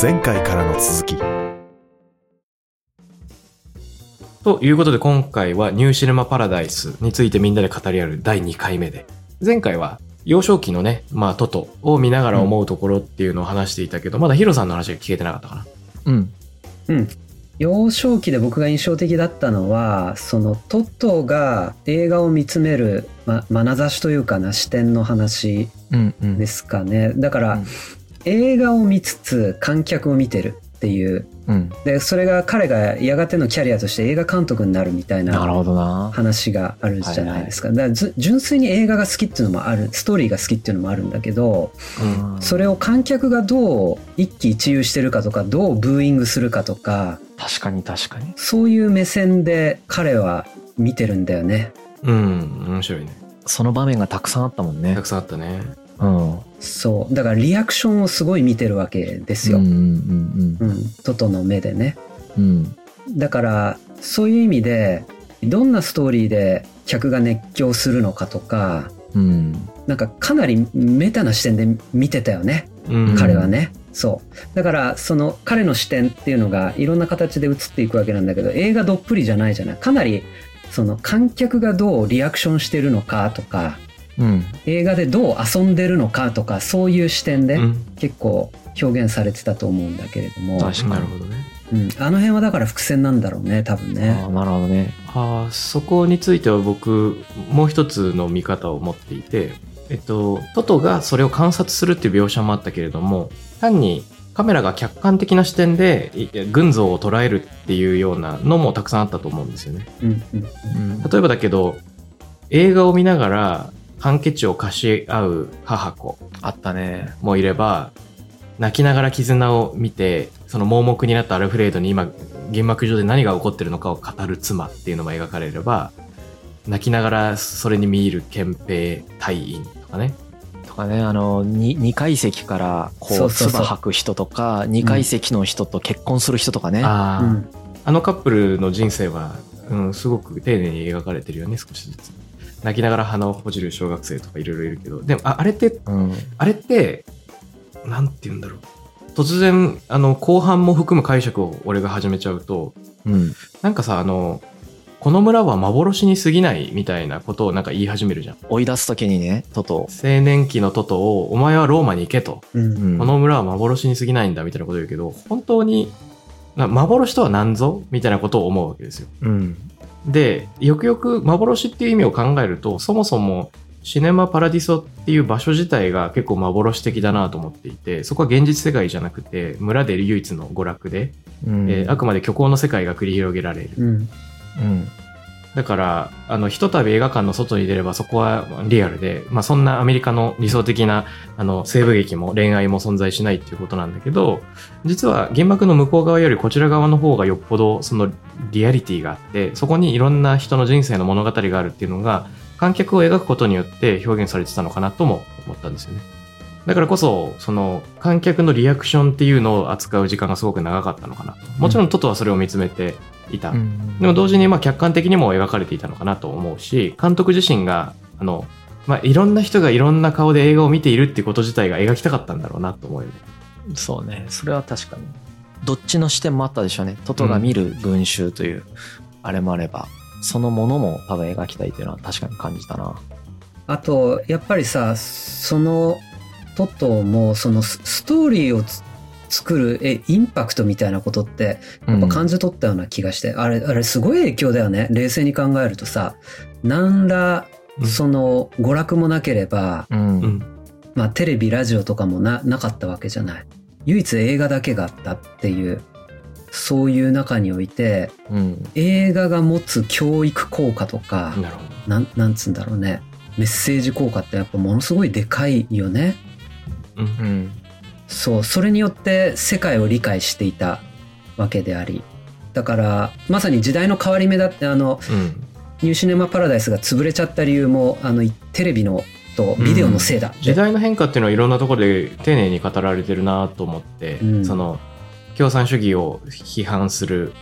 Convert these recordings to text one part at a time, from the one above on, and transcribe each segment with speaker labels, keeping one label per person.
Speaker 1: 前回からの続き
Speaker 2: ということで今回はニューシネマパラダイスについてみんなで語り合う第2回目で前回は幼少期のねまあトトを見ながら思うところっていうのを話していたけど、まだヒロさんの話が聞けてなかったかな
Speaker 3: うん。
Speaker 4: うん、幼少期で僕が印象的だったのはそのトトが映画を見つめる、ま、眼差しというかな視点の話
Speaker 3: うんうん。
Speaker 4: ですかねだから、
Speaker 3: うん
Speaker 4: 映画を見つつ観客を見てるっていう
Speaker 3: うん。
Speaker 4: でそれが彼がやがてのキャリアとして映画監督になるみたい
Speaker 3: なる
Speaker 4: な
Speaker 3: ほどな。
Speaker 4: 話があるじゃないですか,、だからず純粋に映画が好きっていうのもあるストーリーが好きっていうのもあるんだけど
Speaker 3: うん
Speaker 4: それを観客がどう一喜一憂してるかとかどうブーイングするかとか
Speaker 3: 確かに確かに。
Speaker 4: そういう目線で彼は見てるんだよね。
Speaker 2: うん面白いね
Speaker 3: その場面がたくさんあったもんね
Speaker 2: たく。さんあったね
Speaker 3: うん。うん
Speaker 4: そう。だからリアクションをすごい見てるわけです
Speaker 3: う
Speaker 4: よ。
Speaker 3: ん
Speaker 4: うん、
Speaker 3: うん
Speaker 4: トトの目でね。
Speaker 3: うん。うん。
Speaker 4: だから、そういう意味で、どんなストーリーで客が熱狂するのかとか、
Speaker 3: うん。
Speaker 4: なんかかなりメタな視点で見てたよね。
Speaker 2: うん
Speaker 4: 彼はね。そう。だから、その彼の視点っていうのがいろんな形で映っていくわけなんだけど、映画どっぷりじゃないじゃない。かなり、その観客がどうリアクションしてるのかとか、
Speaker 3: うん。
Speaker 4: 映画でどう遊んでるのかとかそういう視点で
Speaker 2: うん
Speaker 4: 結構表現されてたと思うんだけれども、
Speaker 3: 確か
Speaker 2: なる
Speaker 3: に。
Speaker 2: ほどね
Speaker 4: うん、あの辺はだから伏線なんだろうね多
Speaker 3: あ
Speaker 4: 分ね
Speaker 3: あ、。なるほどね。
Speaker 2: あーそこについては僕もう一つの見方を持っていて、えっと、トトがそれを観察するっていう描写もあったけれども単にカメラが客観的な視点でい群像を捉えるっていうようなのもたくさんあったと思うんですよね。
Speaker 4: うんうん
Speaker 3: うん
Speaker 2: 例えばだけど映画を見ながらハンケチを貸し合う母子
Speaker 3: あったね。
Speaker 2: もいれば泣きながら絆を見てその盲目になったアルフレードに今原爆上で何が起こってるのかを語る妻っていうのも描かれれば泣きながらそれに見入る憲兵隊員とかね
Speaker 3: とかね、あの、に二階席から、こ、
Speaker 4: そううそうそう
Speaker 3: 唾吐く人とか、二階席の人と結婚する人とかね。
Speaker 2: あ,、
Speaker 4: う
Speaker 2: ー
Speaker 4: ん
Speaker 2: あのカップルの人生は、うん、すごく丁寧に描かれてるよね少しずつ泣きながら鼻をほじる小学生とかいろいろいるけどでもああれって
Speaker 3: うん。
Speaker 2: あれって、なんて言うんだろう。突然、あの、後半も含む解釈を俺が始めちゃうと、
Speaker 3: うん。
Speaker 2: なんかさ、あの、この村は幻に過ぎないみたいなことをなんか言い始めるじゃん。
Speaker 3: 追い出すときにね、トトを。
Speaker 2: 青年期のトトを、お前はローマに行けと。
Speaker 4: うん
Speaker 3: うん
Speaker 2: この村は幻に過ぎないんだみたいなことを言うけど、本当に、な幻とは何ぞみたいなことを思うわけですよ。
Speaker 3: うん。
Speaker 2: で、よくよく幻っていう意味を考えると、そもそもシネマパラディソっていう場所自体が結構幻的だなと思っていて、そこは現実世界じゃなくて、村で唯一の娯楽で、
Speaker 3: うん
Speaker 2: えーあくまで虚構の世界が繰り広げられる。
Speaker 4: うん
Speaker 3: うん。
Speaker 2: だから、あの、ひとたび映画館の外に出ればそこはリアルで、まあそんなアメリカの理想的な、あの、西部劇も恋愛も存在しないっていうことなんだけど、実は原爆の向こう側よりこちら側の方がよっぽどそのリアリティがあって、そこにいろんな人の人生の物語があるっていうのが、観客を描くことによって表現されてたのかなとも思ったんですよね。だからこそ、その観客のリアクションっていうのを扱う時間がすごく長かったのかなと。もちろんトトはそれを見つめていた。
Speaker 3: うん
Speaker 2: でも同時にまあ客観的にも描かれていたのかなと思うし監督自身があの、まあ、いろんな人がいろんな顔で映画を見ているっていうこと自体が描きたかったんだろうなと思うよね。
Speaker 3: そうねそれは確かにどっちの視点もあったでしょうねトトが見る群衆というあれもあれば、そのものも多分描きたいというのは確かに感じたな
Speaker 4: あとやっぱりさそのトトもそのスストーリーをつ作るえインパクトみたいなことってやっぱ感じ取ったような気がして、あれあれすごい影響だよね冷静に考えるとさ何ら
Speaker 2: うん
Speaker 4: その娯楽もなければ、
Speaker 3: うん、
Speaker 2: う
Speaker 3: うん
Speaker 2: ん
Speaker 4: まあ、テレビラジオとかもななかったわけじゃない唯一映画だけがあったっていうそういう中において
Speaker 3: うん
Speaker 4: 映画が持つ教育効果とか、
Speaker 2: なるほど
Speaker 4: なんなんつうんだろうねメッセージ効果ってやっぱものすごいでかいよね
Speaker 2: うん
Speaker 4: そうそれによって世界を理解していたわけでありだからまさに時代の変わり目だってあの
Speaker 2: うん
Speaker 4: ニューシネマパラダイスが潰れちゃった理由もあのテレビのとビデオのせいだって、
Speaker 2: 時代の変化っていうのはいろんなところで丁寧に語られてるなと思って、
Speaker 4: うん
Speaker 2: その共産主義を批判する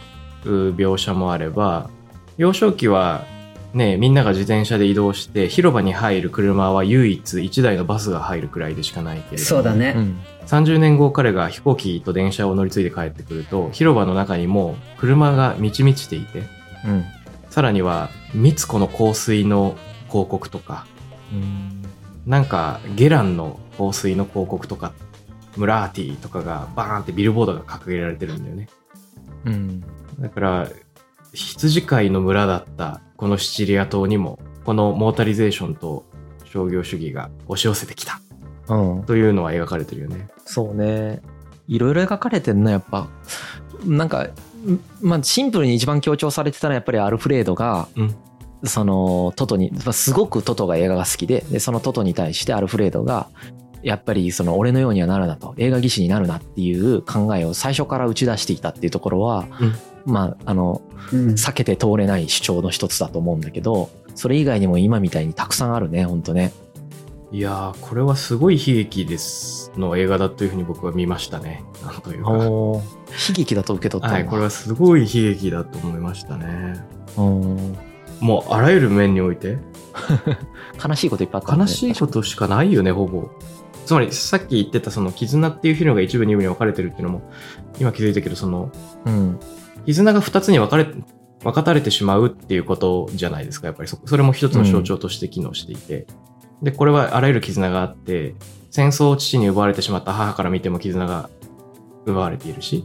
Speaker 2: う描写もあれば幼少期はね、みんなが自転車で移動して広場に入る車は唯一1台のバスが入るくらいでしかないけれども
Speaker 4: そうだね。
Speaker 3: うん
Speaker 2: 30年後彼が飛行機と電車を乗り継いで帰ってくると広場の中にもう車が満ち満ちていて
Speaker 3: うん
Speaker 2: さらには三つ子の香水の広告とか
Speaker 3: うん
Speaker 2: なんかゲランの香水の広告とかムラーティとかがバーンってビルボードが掲げられてるんだよね
Speaker 3: うん
Speaker 2: だから羊飼いの村だったこのシチリア島にもこのモータリゼーションと商業主義が押し寄せてきた
Speaker 3: うん
Speaker 2: というのは描かれてるよね
Speaker 3: そうねいろいろ描かれてんなやっぱなんかんまあシンプルに一番強調されてたのはやっぱりアルフレードが、
Speaker 2: うん
Speaker 3: そのトトにまあすごくトトが映画が好きででそのトトに対してアルフレードがやっぱりその俺のようにはなるなと映画技師になるなっていう考えを最初から打ち出していたっていうところは、
Speaker 2: うん
Speaker 3: まああの
Speaker 4: うん。
Speaker 3: 避けて通れない主張の一つだと思うんだけどそれ以外にも今みたいにたくさんあるねほんとね
Speaker 2: いやーこれはすごい悲劇ですの映画だというふうに僕は見ましたねなんというか
Speaker 3: 悲劇だと受け取ったんだ
Speaker 2: はいこれはすごい悲劇だと思いましたね
Speaker 3: うん
Speaker 2: もうあらゆる面において
Speaker 3: 悲しいこといっぱいあったね
Speaker 2: 悲しいことしかないよねほぼつまりさっき言ってたその絆っていうフィルムが一部二部に分かれてるっていうのも今気づいたけどその
Speaker 3: うん
Speaker 2: 絆が2つに分かれ分かたれてしまうっていうことじゃないですかやっぱりそそれも一つの象徴として機能していて、でこれはあらゆる絆があって戦争を父に奪われてしまった母から見ても絆が奪われているし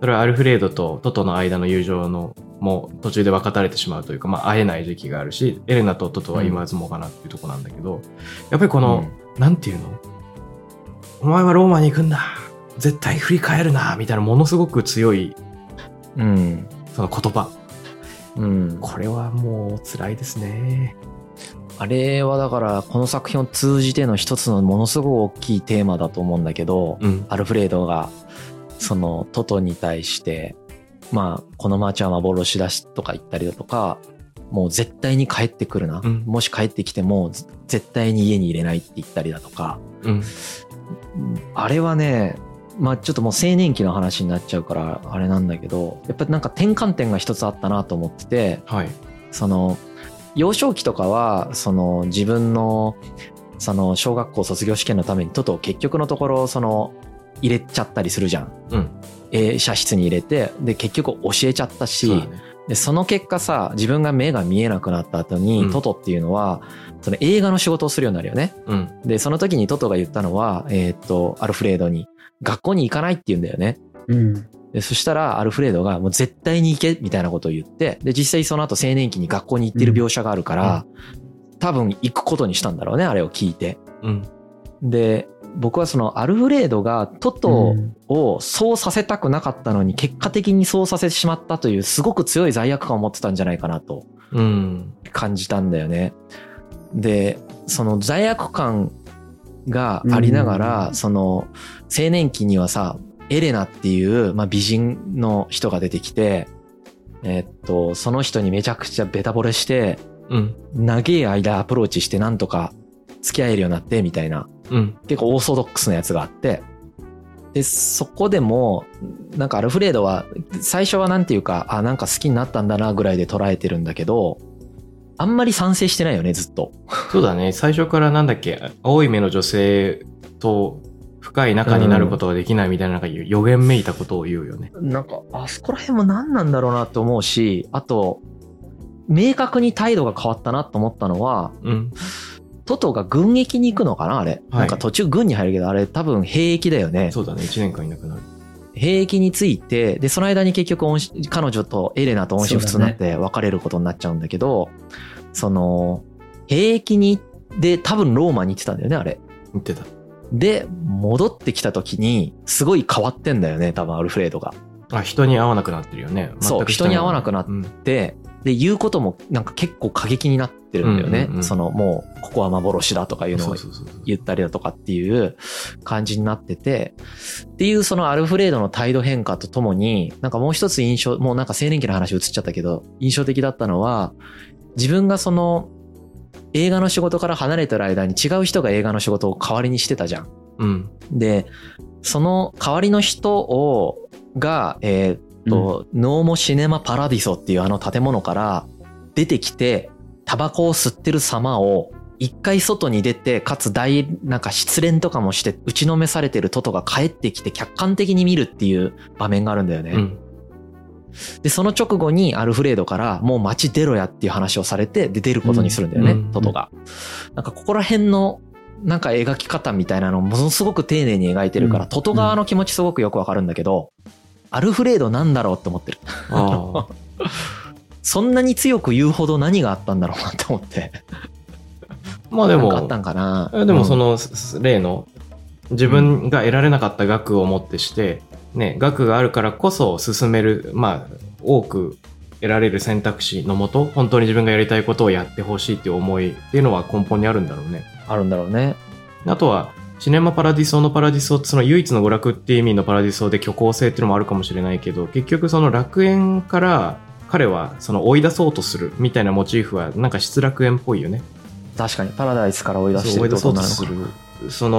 Speaker 2: それはアルフレードとトトの間の友情のもう途中で分かたれてしまうというか、まあ、会えない時期があるしエレナとトトは今ずもがなっていうとこなんだけど、やっぱりこの、なんていうのお前はローマに行くんだ絶対振り返るなみたいなものすごく強い
Speaker 3: うん
Speaker 2: その言葉
Speaker 3: うん、
Speaker 2: これはもう辛いですね。
Speaker 3: あれはだからこの作品を通じての一つのものすごく大きいテーマだと思うんだけど、
Speaker 2: うん。
Speaker 3: アルフレードがそのトトに対してまあこのマーチは幻だしとか言ったりだとかもう絶対に帰ってくるな、
Speaker 2: うん
Speaker 3: もし帰ってきてもぜ絶対に家に入れないって言ったりだとか
Speaker 2: うん。
Speaker 3: あれはねまあちょっともう青年期の話になっちゃうからあれなんだけどやっぱなんか転換点が一つあったなと思ってて
Speaker 2: はい。
Speaker 3: その幼少期とかはその自分のその小学校卒業試験のためにトトを結局のところその入れちゃったりするじゃん。
Speaker 2: うん。
Speaker 3: 映写室に入れてで結局教えちゃったし
Speaker 2: そ
Speaker 3: そ,、
Speaker 2: うだね。
Speaker 3: でその結果さ自分が目が見えなくなった後に、
Speaker 2: うん
Speaker 3: トトっていうのはその映画の仕事をするようになるよね。
Speaker 2: うん。
Speaker 3: でその時にトトが言ったのは、えーっとアルフレードに学校に行かないって言うんだよね。
Speaker 4: うん。
Speaker 3: でそしたらアルフレードがもう絶対に行けみたいなことを言ってで実際その後青年期に学校に行ってる描写があるから、多分行くことにしたんだろうねあれを聞いて
Speaker 2: うん。
Speaker 3: で僕はそのアルフレードがトトをそうさせたくなかったのに結果的にそうさせてしまったというすごく強い罪悪感を持ってたんじゃないかなと
Speaker 2: うん。
Speaker 3: 感じたんだよねでその罪悪感がありながら、その青年期にはさエレナっていう、まあ、美人の人が出てきて、えっとその人にめちゃくちゃベタ惚れして
Speaker 2: うん。
Speaker 3: 長い間アプローチしてなんとか付き合えるようになってみたいな
Speaker 2: うん。
Speaker 3: 結構オーソドックスなやつがあってでそこでもなんかアルフレードは最初はなんていうかあなんか好きになったんだなぐらいで捉えてるんだけどあんまり賛成してないよねずっと
Speaker 2: そうだね。最初からなんだっけ、青い目の女性と深い仲になることはできないみたいな、なんか予言めいたことを言うよね。
Speaker 3: なんかあそこら辺も何なんだろうなと思うしあと明確に態度が変わったなと思ったのは
Speaker 2: うん。
Speaker 3: トトが軍役に行くのかなあれ、
Speaker 2: はい
Speaker 3: なんか途中軍に入るけどあれ多分兵役だよね
Speaker 2: そうだね。1年間いなくなる。
Speaker 3: 兵役についてでその間に結局音信彼女とエレナと音信不通になって別れることになっちゃうんだけどその兵役にで多分ローマに行ってたんだよねあれ
Speaker 2: 言ってた。
Speaker 3: で戻ってきた時にすごい変わってんだよね多分アルフレードが
Speaker 2: あ、人に会わなくなってるよね。
Speaker 3: そう
Speaker 2: 全く
Speaker 3: 人に会わなくなっ
Speaker 2: うん。
Speaker 3: でで言うこともなんか結構過激になってるんだよね、
Speaker 2: うんうんうん
Speaker 3: そのもうここは幻だとかいうの
Speaker 2: そ
Speaker 3: を
Speaker 2: うそうそうそう。
Speaker 3: 言ったりだとかっていう感じになっててっていうそのアルフレードの態度変化とともになんかもう一つ印象もうなんか青年期の話移っちゃったけど印象的だったのは自分がその映画の仕事から離れてる間に違う人が映画の仕事を代わりにしてたじゃん。
Speaker 2: うん。
Speaker 3: でその代わりの人をが、えーっとノーモシネマパラディソっていうあの建物から出てきてタバコを吸ってる様を、一回外に出て、かつ大、なんか失恋とかもして、打ちのめされてるトトが帰ってきて客観的に見るっていう場面があるんだよね。
Speaker 2: うん。
Speaker 3: で、その直後にアルフレードから、もう街出ろやっていう話をされて、で、出ることにするんだよね、
Speaker 2: うん
Speaker 3: トトが。なんかここら辺の、なんか描き方みたいなのをものすごく丁寧に描いてるから、
Speaker 2: うん
Speaker 3: トト側の気持ちすごくよくわかるんだけど、アルフレードなんだろうって思ってる。
Speaker 2: あ
Speaker 3: そんなに強く言うほど何があったんだろうなって思って。
Speaker 2: あ。まあで
Speaker 3: なんかあっ
Speaker 2: も
Speaker 3: た、んかな。
Speaker 2: えでもそ
Speaker 3: の、
Speaker 2: のすす例の自分が得られなかった額をもってして、ね、額があるからこそ進める、まあ、多く得られる選択肢のもと本当に自分がやりたいことをやってほしいっていう思いっていうのは根本にあるんだろうね。
Speaker 3: あるんだろうね。
Speaker 2: あとはシネマパラディソのパラディソその唯一の娯楽っていう意味のパラディソで虚構性っていうのもあるかもしれないけど結局その楽園から彼はその追い出そうとするみたいなモチーフはなんか失楽園っぽいよね。
Speaker 3: 確かに、パラダイスから追い出して
Speaker 2: そう
Speaker 3: るってことになるの
Speaker 2: 追
Speaker 3: か
Speaker 2: い出そうとするその、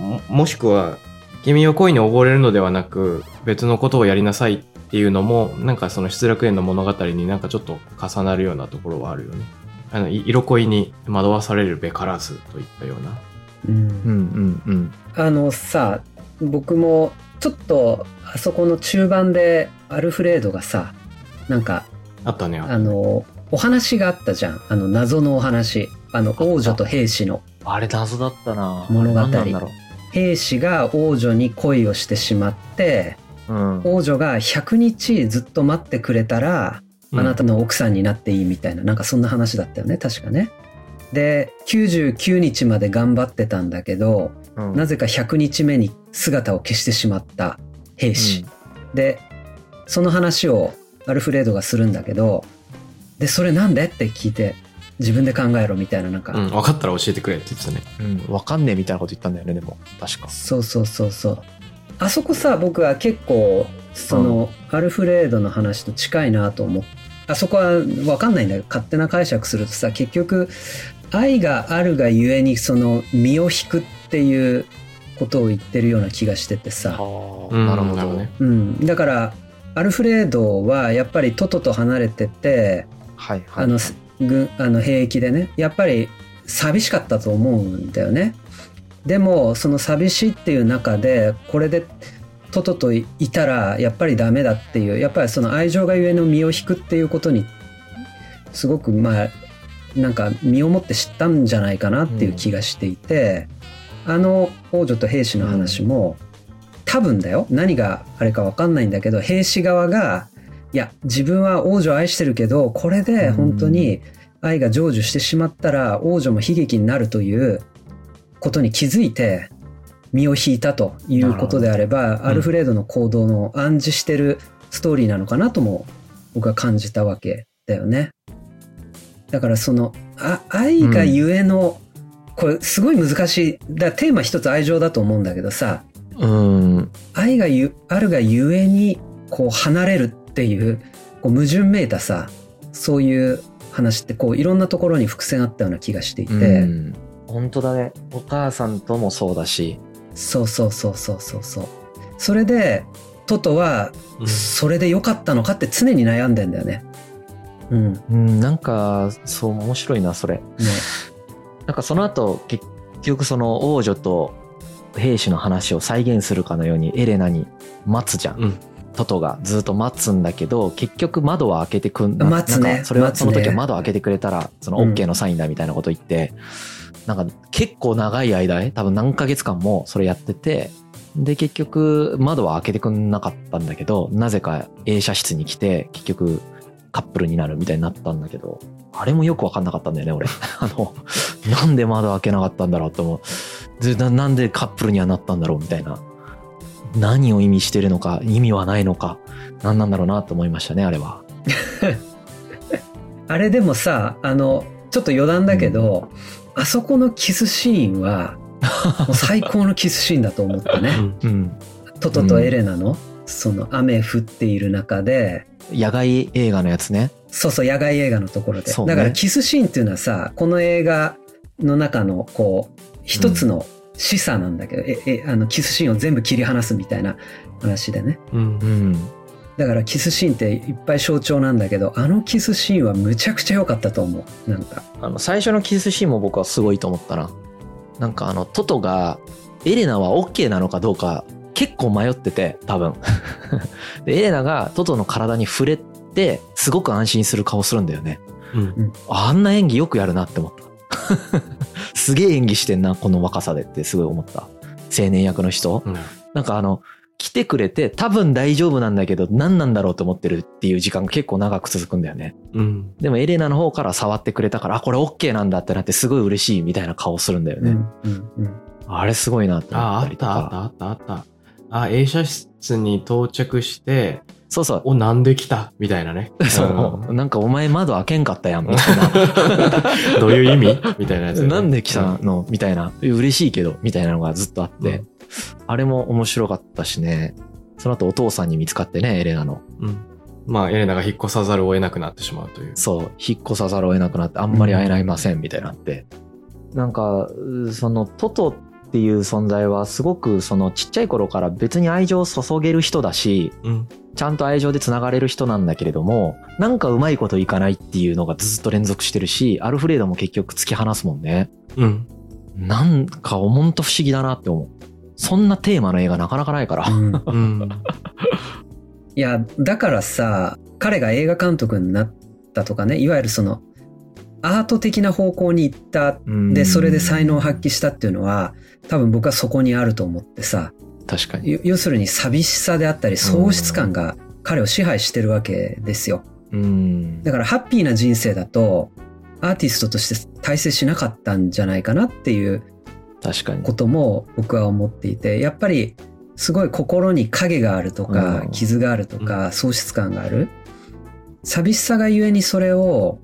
Speaker 2: ももしくは君を恋に溺れるのではなく別のことをやりなさいっていうのもなんかその失楽園の物語になんかちょっと重なるようなところはあるよねあのい色恋に惑わされるべからずといったような
Speaker 4: うん
Speaker 3: うんうんうん。
Speaker 4: あのさ僕もちょっとあそこの中盤でアルフレードがさなんか
Speaker 2: あったねあった
Speaker 4: あのお話があったじゃんあの謎のお話あの王女と兵士の
Speaker 3: あれ謎だったな
Speaker 4: 物語
Speaker 3: あれ何なんだろ
Speaker 4: 兵士が王女に恋をしてしまって
Speaker 3: う。うん。
Speaker 4: 王女が100日ずっと待ってくれたら
Speaker 2: うん
Speaker 4: あなたの奥さんになっていいみたいな、なんかそんな話だったよね、確かね。で、99日まで頑張ってたんだけど、
Speaker 3: うん
Speaker 4: なぜか100日目に姿を消してしまった兵士。で、その話をアルフレードがするんだけど、で、それなんでって聞いて、自分で考えろみたいな、なんか、
Speaker 2: うん、分かったら教えてくれって言ってたね
Speaker 3: うん、わかんねえみたいなこと言ったんだよね、でも。確か。
Speaker 4: そうそうそうそう。あそこさ、僕は結構、その、アルフレードの話と近いなと思って、あそこは分かんないんだけど、勝手な解釈するとさ、結局、愛があるがゆえに、その、身を引くっていうことを言ってるような気がしててさ。
Speaker 3: あ
Speaker 2: うん
Speaker 3: なるほど。
Speaker 2: ね
Speaker 4: うん。だから、アルフレードは、やっぱりトトと離れてて、
Speaker 3: はいはい。
Speaker 4: あの、軍、あの、兵役でね、やっぱり寂しかったと思うんだよね。でも、その寂しいっていう中で、これでトトといたら、やっぱりダメだっていう、やっぱりその愛情がゆえの身を引くっていうことに、すごく、まあ、なんか身をもって知ったんじゃないかなっていう気がしていて、あの王女と兵士の話も、多分だよ何があれか分かんないんだけど兵士側がいや自分は王女を愛してるけどこれで本当に愛が成就してしまったら王女も悲劇になるということに気づいて身を引いたということであれば、
Speaker 2: ど
Speaker 4: アルフレードの行動の暗示してるストーリーなのかなとも僕は感じたわけだよね。だからそのあ愛がゆえの、これすごい難しいだからテーマ一つ愛情だと思うんだけどさ
Speaker 3: うん。
Speaker 4: 愛がゆあるがゆえにこう離れるっていうこう矛盾めいたさそういう話ってこういろんなところに伏線あったような気がしていて、
Speaker 3: うん、本当だね。お母さんともそうだし。
Speaker 4: そうそうそうそうそうそうそれでトトは
Speaker 2: うん
Speaker 4: それで良かったのかって常に悩んでんだよね。うん、ね
Speaker 3: うん、なんか、そう、面白いな、それ。なんかその後、結局その王女と兵士の話を再現するかのようにエレナに待つじゃん。
Speaker 2: うん
Speaker 3: トトがずっと待つんだけど、結局窓は開けてくんな
Speaker 4: 待つね
Speaker 3: なんかそれは
Speaker 4: 待つ
Speaker 3: そ
Speaker 4: ね
Speaker 3: の時は窓開けてくれたら、その
Speaker 4: うん
Speaker 3: OK のサインだみたいなこと言って、なんか結構長い間ね、多分何ヶ月間もそれやってて、で、結局窓は開けてくんなかったんだけど、なぜか映写室に来て、結局カップルになるみたいになったんだけど、あれもよくわかんなかったんだよね、俺。 あの、なんで窓開けなかったんだろうと思う。でななんでカップルにはなったんだろうみたいな。何を意味してるのか、意味はないのか、何なんだろうなと思いましたね、あれは。
Speaker 4: あれでもさあのちょっと余談だけど、あそこのキスシーンはもう最高のキスシーンだと思ったね。
Speaker 2: うん
Speaker 3: うん。
Speaker 4: トトとエレナの、その雨降っている中で、
Speaker 3: 野外映画のやつね。
Speaker 4: そうそう、野外映画のところで。
Speaker 3: そうね
Speaker 4: だからキスシーンっていうのはさ、この映画の中の、こう、一つの示唆なんだけど、え、え、あの、キスシーンを全部切り離すみたいな話でね。
Speaker 2: うん
Speaker 3: うん。
Speaker 4: だからキスシーンっていっぱい象徴なんだけど、あのキスシーンはむちゃくちゃ良かったと思う。なんか。
Speaker 3: あの最初のキスシーンも僕はすごいと思ったななんかあのトトがエレナは OK なのかどうか結構迷ってて多分 でエレナがトトの体に触れてすごく安心する顔するんだよね
Speaker 2: うん
Speaker 3: あんな演技よくやるなって思った すげえ演技してんなこの若さでってすごい思った青年役の人
Speaker 2: うん
Speaker 3: なんかあの来てくれて多分大丈夫なんだけど何なんだろうと思ってるっていう時間が結構長く続くんだよね
Speaker 2: うん
Speaker 3: でもエレナの方から触ってくれたから、あ、これ OK なんだってなってすごい嬉しいみたいな顔するんだよ
Speaker 4: う
Speaker 3: ね。
Speaker 4: んうんうん。
Speaker 3: あれすごいなって思っ
Speaker 2: ああ
Speaker 3: た
Speaker 2: っ
Speaker 3: りと
Speaker 2: た
Speaker 3: か。
Speaker 2: あったあったあったあ映写室に到着して
Speaker 3: そうそう。
Speaker 2: おなんで来たみたいなね
Speaker 3: そう、なんかお前窓開けんかったやん、みたい
Speaker 2: うんどういう意味みたいなやつ
Speaker 3: な。
Speaker 2: よね
Speaker 3: なんで来たのみたいな。嬉しいけど、みたいなのがずっとあって。
Speaker 2: うん
Speaker 3: あれも面白かったしね。その後お父さんに見つかってね、エレナの。
Speaker 2: うんまあエレナが引っ越さざるを得なくなってしまうという
Speaker 3: そう、引っ越さざるを得なくなって、あんまり会えないません、みたいになって。なんか、うその、トトっていう存在は、すごく、その、ちっちゃい頃から別に愛情を注げる人だし、
Speaker 2: うん
Speaker 3: ちゃんと愛情でつながれる人なんだけれども、なんかうまいこといかないっていうのがずっと連続してるし、アルフレードも結局突き放すもんね。
Speaker 2: うん
Speaker 3: なんかほんと不思議だなって思う。そんなテーマの映画なかなかないから。
Speaker 4: うん
Speaker 2: うん
Speaker 4: いや、だからさ、彼が映画監督になったとかね、いわゆるその、アート的な方向に行った、
Speaker 3: うん
Speaker 4: で、それで才能を発揮したっていうのは、多分僕はそこにあると思ってさ、
Speaker 3: 確かに。
Speaker 4: よ要するに寂しさであったり、喪失感が彼を支配してるわけですよ。
Speaker 3: うん。
Speaker 4: だからハッピーな人生だと、アーティストとして大成しなかったんじゃないかなっていう
Speaker 3: 確かに
Speaker 4: こ。とも僕は思っていてやっぱりすごい心に影があるとか、
Speaker 3: うん
Speaker 4: 傷があるとか、喪失感がある寂しさがゆえにそれを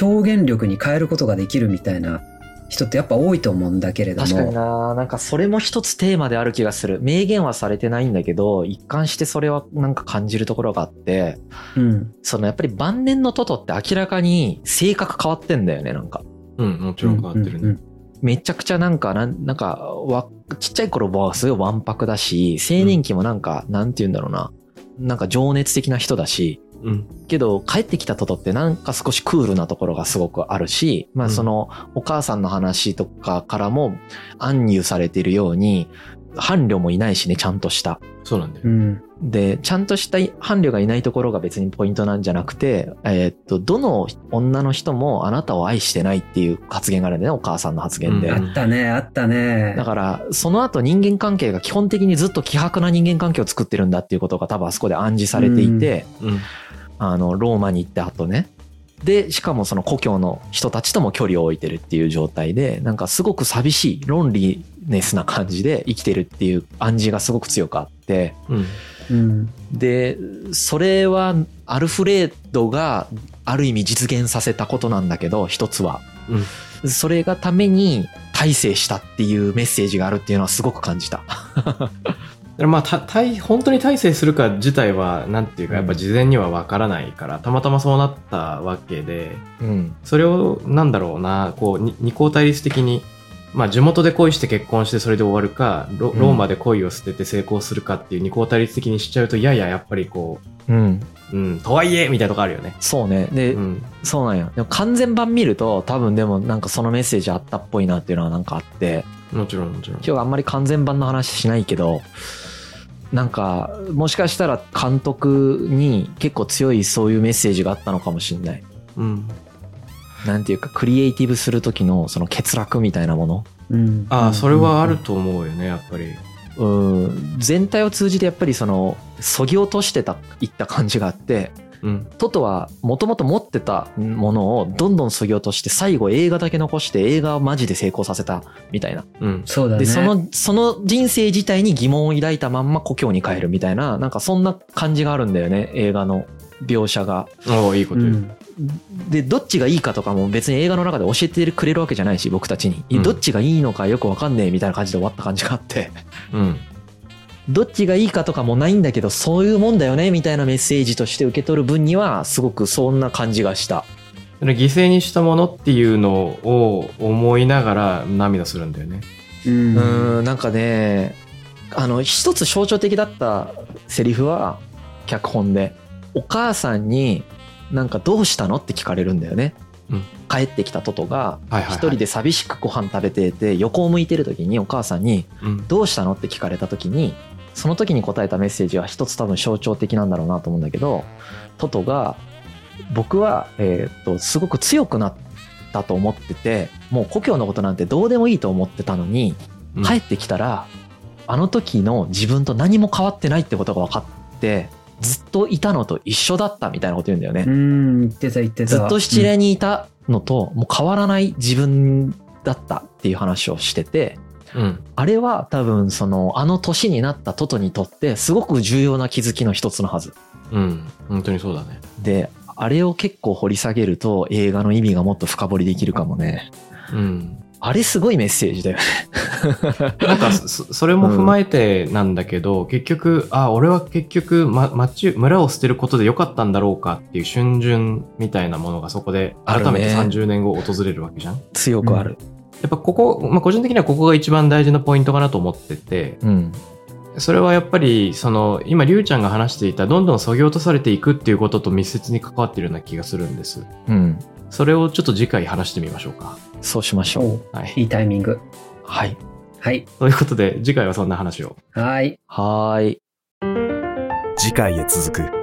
Speaker 4: 表現力に変えることができるみたいな人ってやっぱ多いと思うんだけれど
Speaker 3: 確かに
Speaker 4: も
Speaker 3: ななんかそれも一つテーマである気がする。明言はされてないんだけど、一貫してそれはなんか感じるところがあって、
Speaker 4: うん
Speaker 3: そのやっぱり晩年のトトって明らかに性格変わってんだよね、なんか。
Speaker 2: うんもちろん変わってる
Speaker 4: うんう
Speaker 2: ね
Speaker 4: ん
Speaker 3: めちゃくちゃなんか、なんなんかわ、ちっちゃい頃はすごいわんぱくだし、青年期もなんか、なんて言うんだろうな、なんか情熱的な人だし、
Speaker 2: うん
Speaker 3: けど帰ってきたトトってなんか少しクールなところがすごくあるし、まあ
Speaker 2: うん
Speaker 3: そのお母さんの話とかからも暗入されているように、伴侶もいないしね、ちゃんとした。
Speaker 2: そうなんだよ
Speaker 4: うん
Speaker 3: で、ちゃんとした伴侶がいないところが別にポイントなんじゃなくて、えーっと、どの女の人もあなたを愛してないっていう発言があるんだよね、お母さんの発言で。
Speaker 2: うん
Speaker 4: あったねあったね
Speaker 3: だから、その後人間関係が基本的にずっと希薄な人間関係を作ってるんだっていうことが多分あそこで暗示されていて、
Speaker 2: うん
Speaker 3: あの、ローマに行った後ね。で、しかもその故郷の人たちとも距離を置いてるっていう状態で、なんかすごく寂しい、ロンリネスな感じで生きてるっていう暗示がすごく強くあって、
Speaker 2: うん
Speaker 4: うん
Speaker 3: で、それはアルフレードがある意味実現させたことなんだけど、一つは。それがために大成したっていうメッセージがあるっていうのはすごく感じた。
Speaker 2: でまあ、た対本当に大成するか自体はなんていうかやっぱ事前には分からないから、たまたまそうなったわけで
Speaker 3: うん。
Speaker 2: それをなんだろうなこうに二項対立的に、まあ、地元で恋して結婚してそれで終わるかロローマで恋を捨てて成功するかっていう二項対立的にしちゃうとやややっぱりこ
Speaker 3: うん。
Speaker 2: う、うん、とはいえみたいなとこあるよね。
Speaker 3: そうね。で、
Speaker 2: うん
Speaker 3: そうなんや。でも完全版見ると、多分でもなんかそのメッセージあったっぽいなっていうのはなんかあって、
Speaker 2: もちろんもちろん。
Speaker 3: 今日あんまり完全版の話しないけど、なんか、もしかしたら監督に結構強いそういうメッセージがあったのかもしれない。
Speaker 2: うん、
Speaker 3: なんていうか、クリエイティブする時のその欠落みたいなもの。
Speaker 4: うん
Speaker 2: ああそれはあると思うよねやっぱり。
Speaker 3: うん、全体を通じてやっぱりその、そぎ落としてた、いった感じがあって、
Speaker 2: うん
Speaker 3: トトはもともと持ってたものをどんどん削ぎ落として最後映画だけ残して映画をマジで成功させたみたいな。
Speaker 2: うん
Speaker 4: そうだね
Speaker 3: で、その、その人生自体に疑問を抱いたまんま故郷に帰るみたいな、なんかそんな感じがあるんだよね、映画の描写が。
Speaker 2: おーいいこ
Speaker 4: う
Speaker 2: と言う。
Speaker 4: ん
Speaker 3: で、どっちがいいかとかも別に映画の中で教えてくれるわけじゃないし、僕たちに。
Speaker 2: うん
Speaker 3: どっちがいいのかよくわかんねえみたいな感じで終わった感じがあって。
Speaker 2: うん
Speaker 3: どっちがいいかとかもないんだけど、そういうもんだよねみたいなメッセージとして受け取る分には、すごくそんな感じがした。
Speaker 2: その犠牲にしたものっていうのを思いながら涙するんだよね。
Speaker 4: うん
Speaker 3: うーんなんかねあの一つ象徴的だったセリフは脚本でお母さんになんかどうしたのって聞かれるんだよね、
Speaker 2: うん
Speaker 3: 帰ってきたトトが
Speaker 2: はいはいはい
Speaker 3: 一人で寂しくご飯食べてて横を向いてる時にお母さんに
Speaker 2: うん
Speaker 3: 「どうしたの?」って聞かれた時にその時に答えたメッセージは一つ多分象徴的なんだろうなと思うんだけどトトが「僕は、えーっとすごく強くなったと思っててもう故郷のことなんてどうでもいいと思ってたのに
Speaker 2: うん
Speaker 3: 帰ってきたら、あの時の自分と何も変わってないってことが分かってずっといたのと一緒だったみたいなこと言うんだよね。
Speaker 4: うん、言ってた言ってた。
Speaker 3: ずっと七連にいたのと、もう変わらない自分だったっていう話をしてて
Speaker 2: うん
Speaker 3: あれは多分そのあの年になったトトにとってすごく重要な気づきの一つのはず
Speaker 2: うん本当にそうだね
Speaker 3: であれを結構掘り下げると映画の意味がもっと深掘りできるかもね
Speaker 2: うん
Speaker 3: あれすごいメッセージだよね
Speaker 2: なんかそそれも踏まえてなんだけど、結局あ俺は結局、ま、町村を捨てることで良かったんだろうかっていう春巡みたいなものがそこで
Speaker 3: ある
Speaker 2: 改
Speaker 3: ね
Speaker 2: めて30年後訪れるわけじゃん、
Speaker 3: 強くある
Speaker 2: やっぱここ、まあ、個人的にはここが一番大事なポイントかなと思ってて
Speaker 3: うん
Speaker 2: それはやっぱりその今りゅうちゃんが話していたどんどん削ぎ落とされていくっていうことと密接に関わってるような気がするんです
Speaker 3: うん、
Speaker 2: それをちょっと次回話してみましょうか
Speaker 3: そうしましょう
Speaker 4: お
Speaker 2: はい
Speaker 4: いいタイミング。
Speaker 3: はい
Speaker 4: はい。
Speaker 2: ということで次回はそんな話を
Speaker 4: はい。
Speaker 3: はーい
Speaker 1: 次回へ続く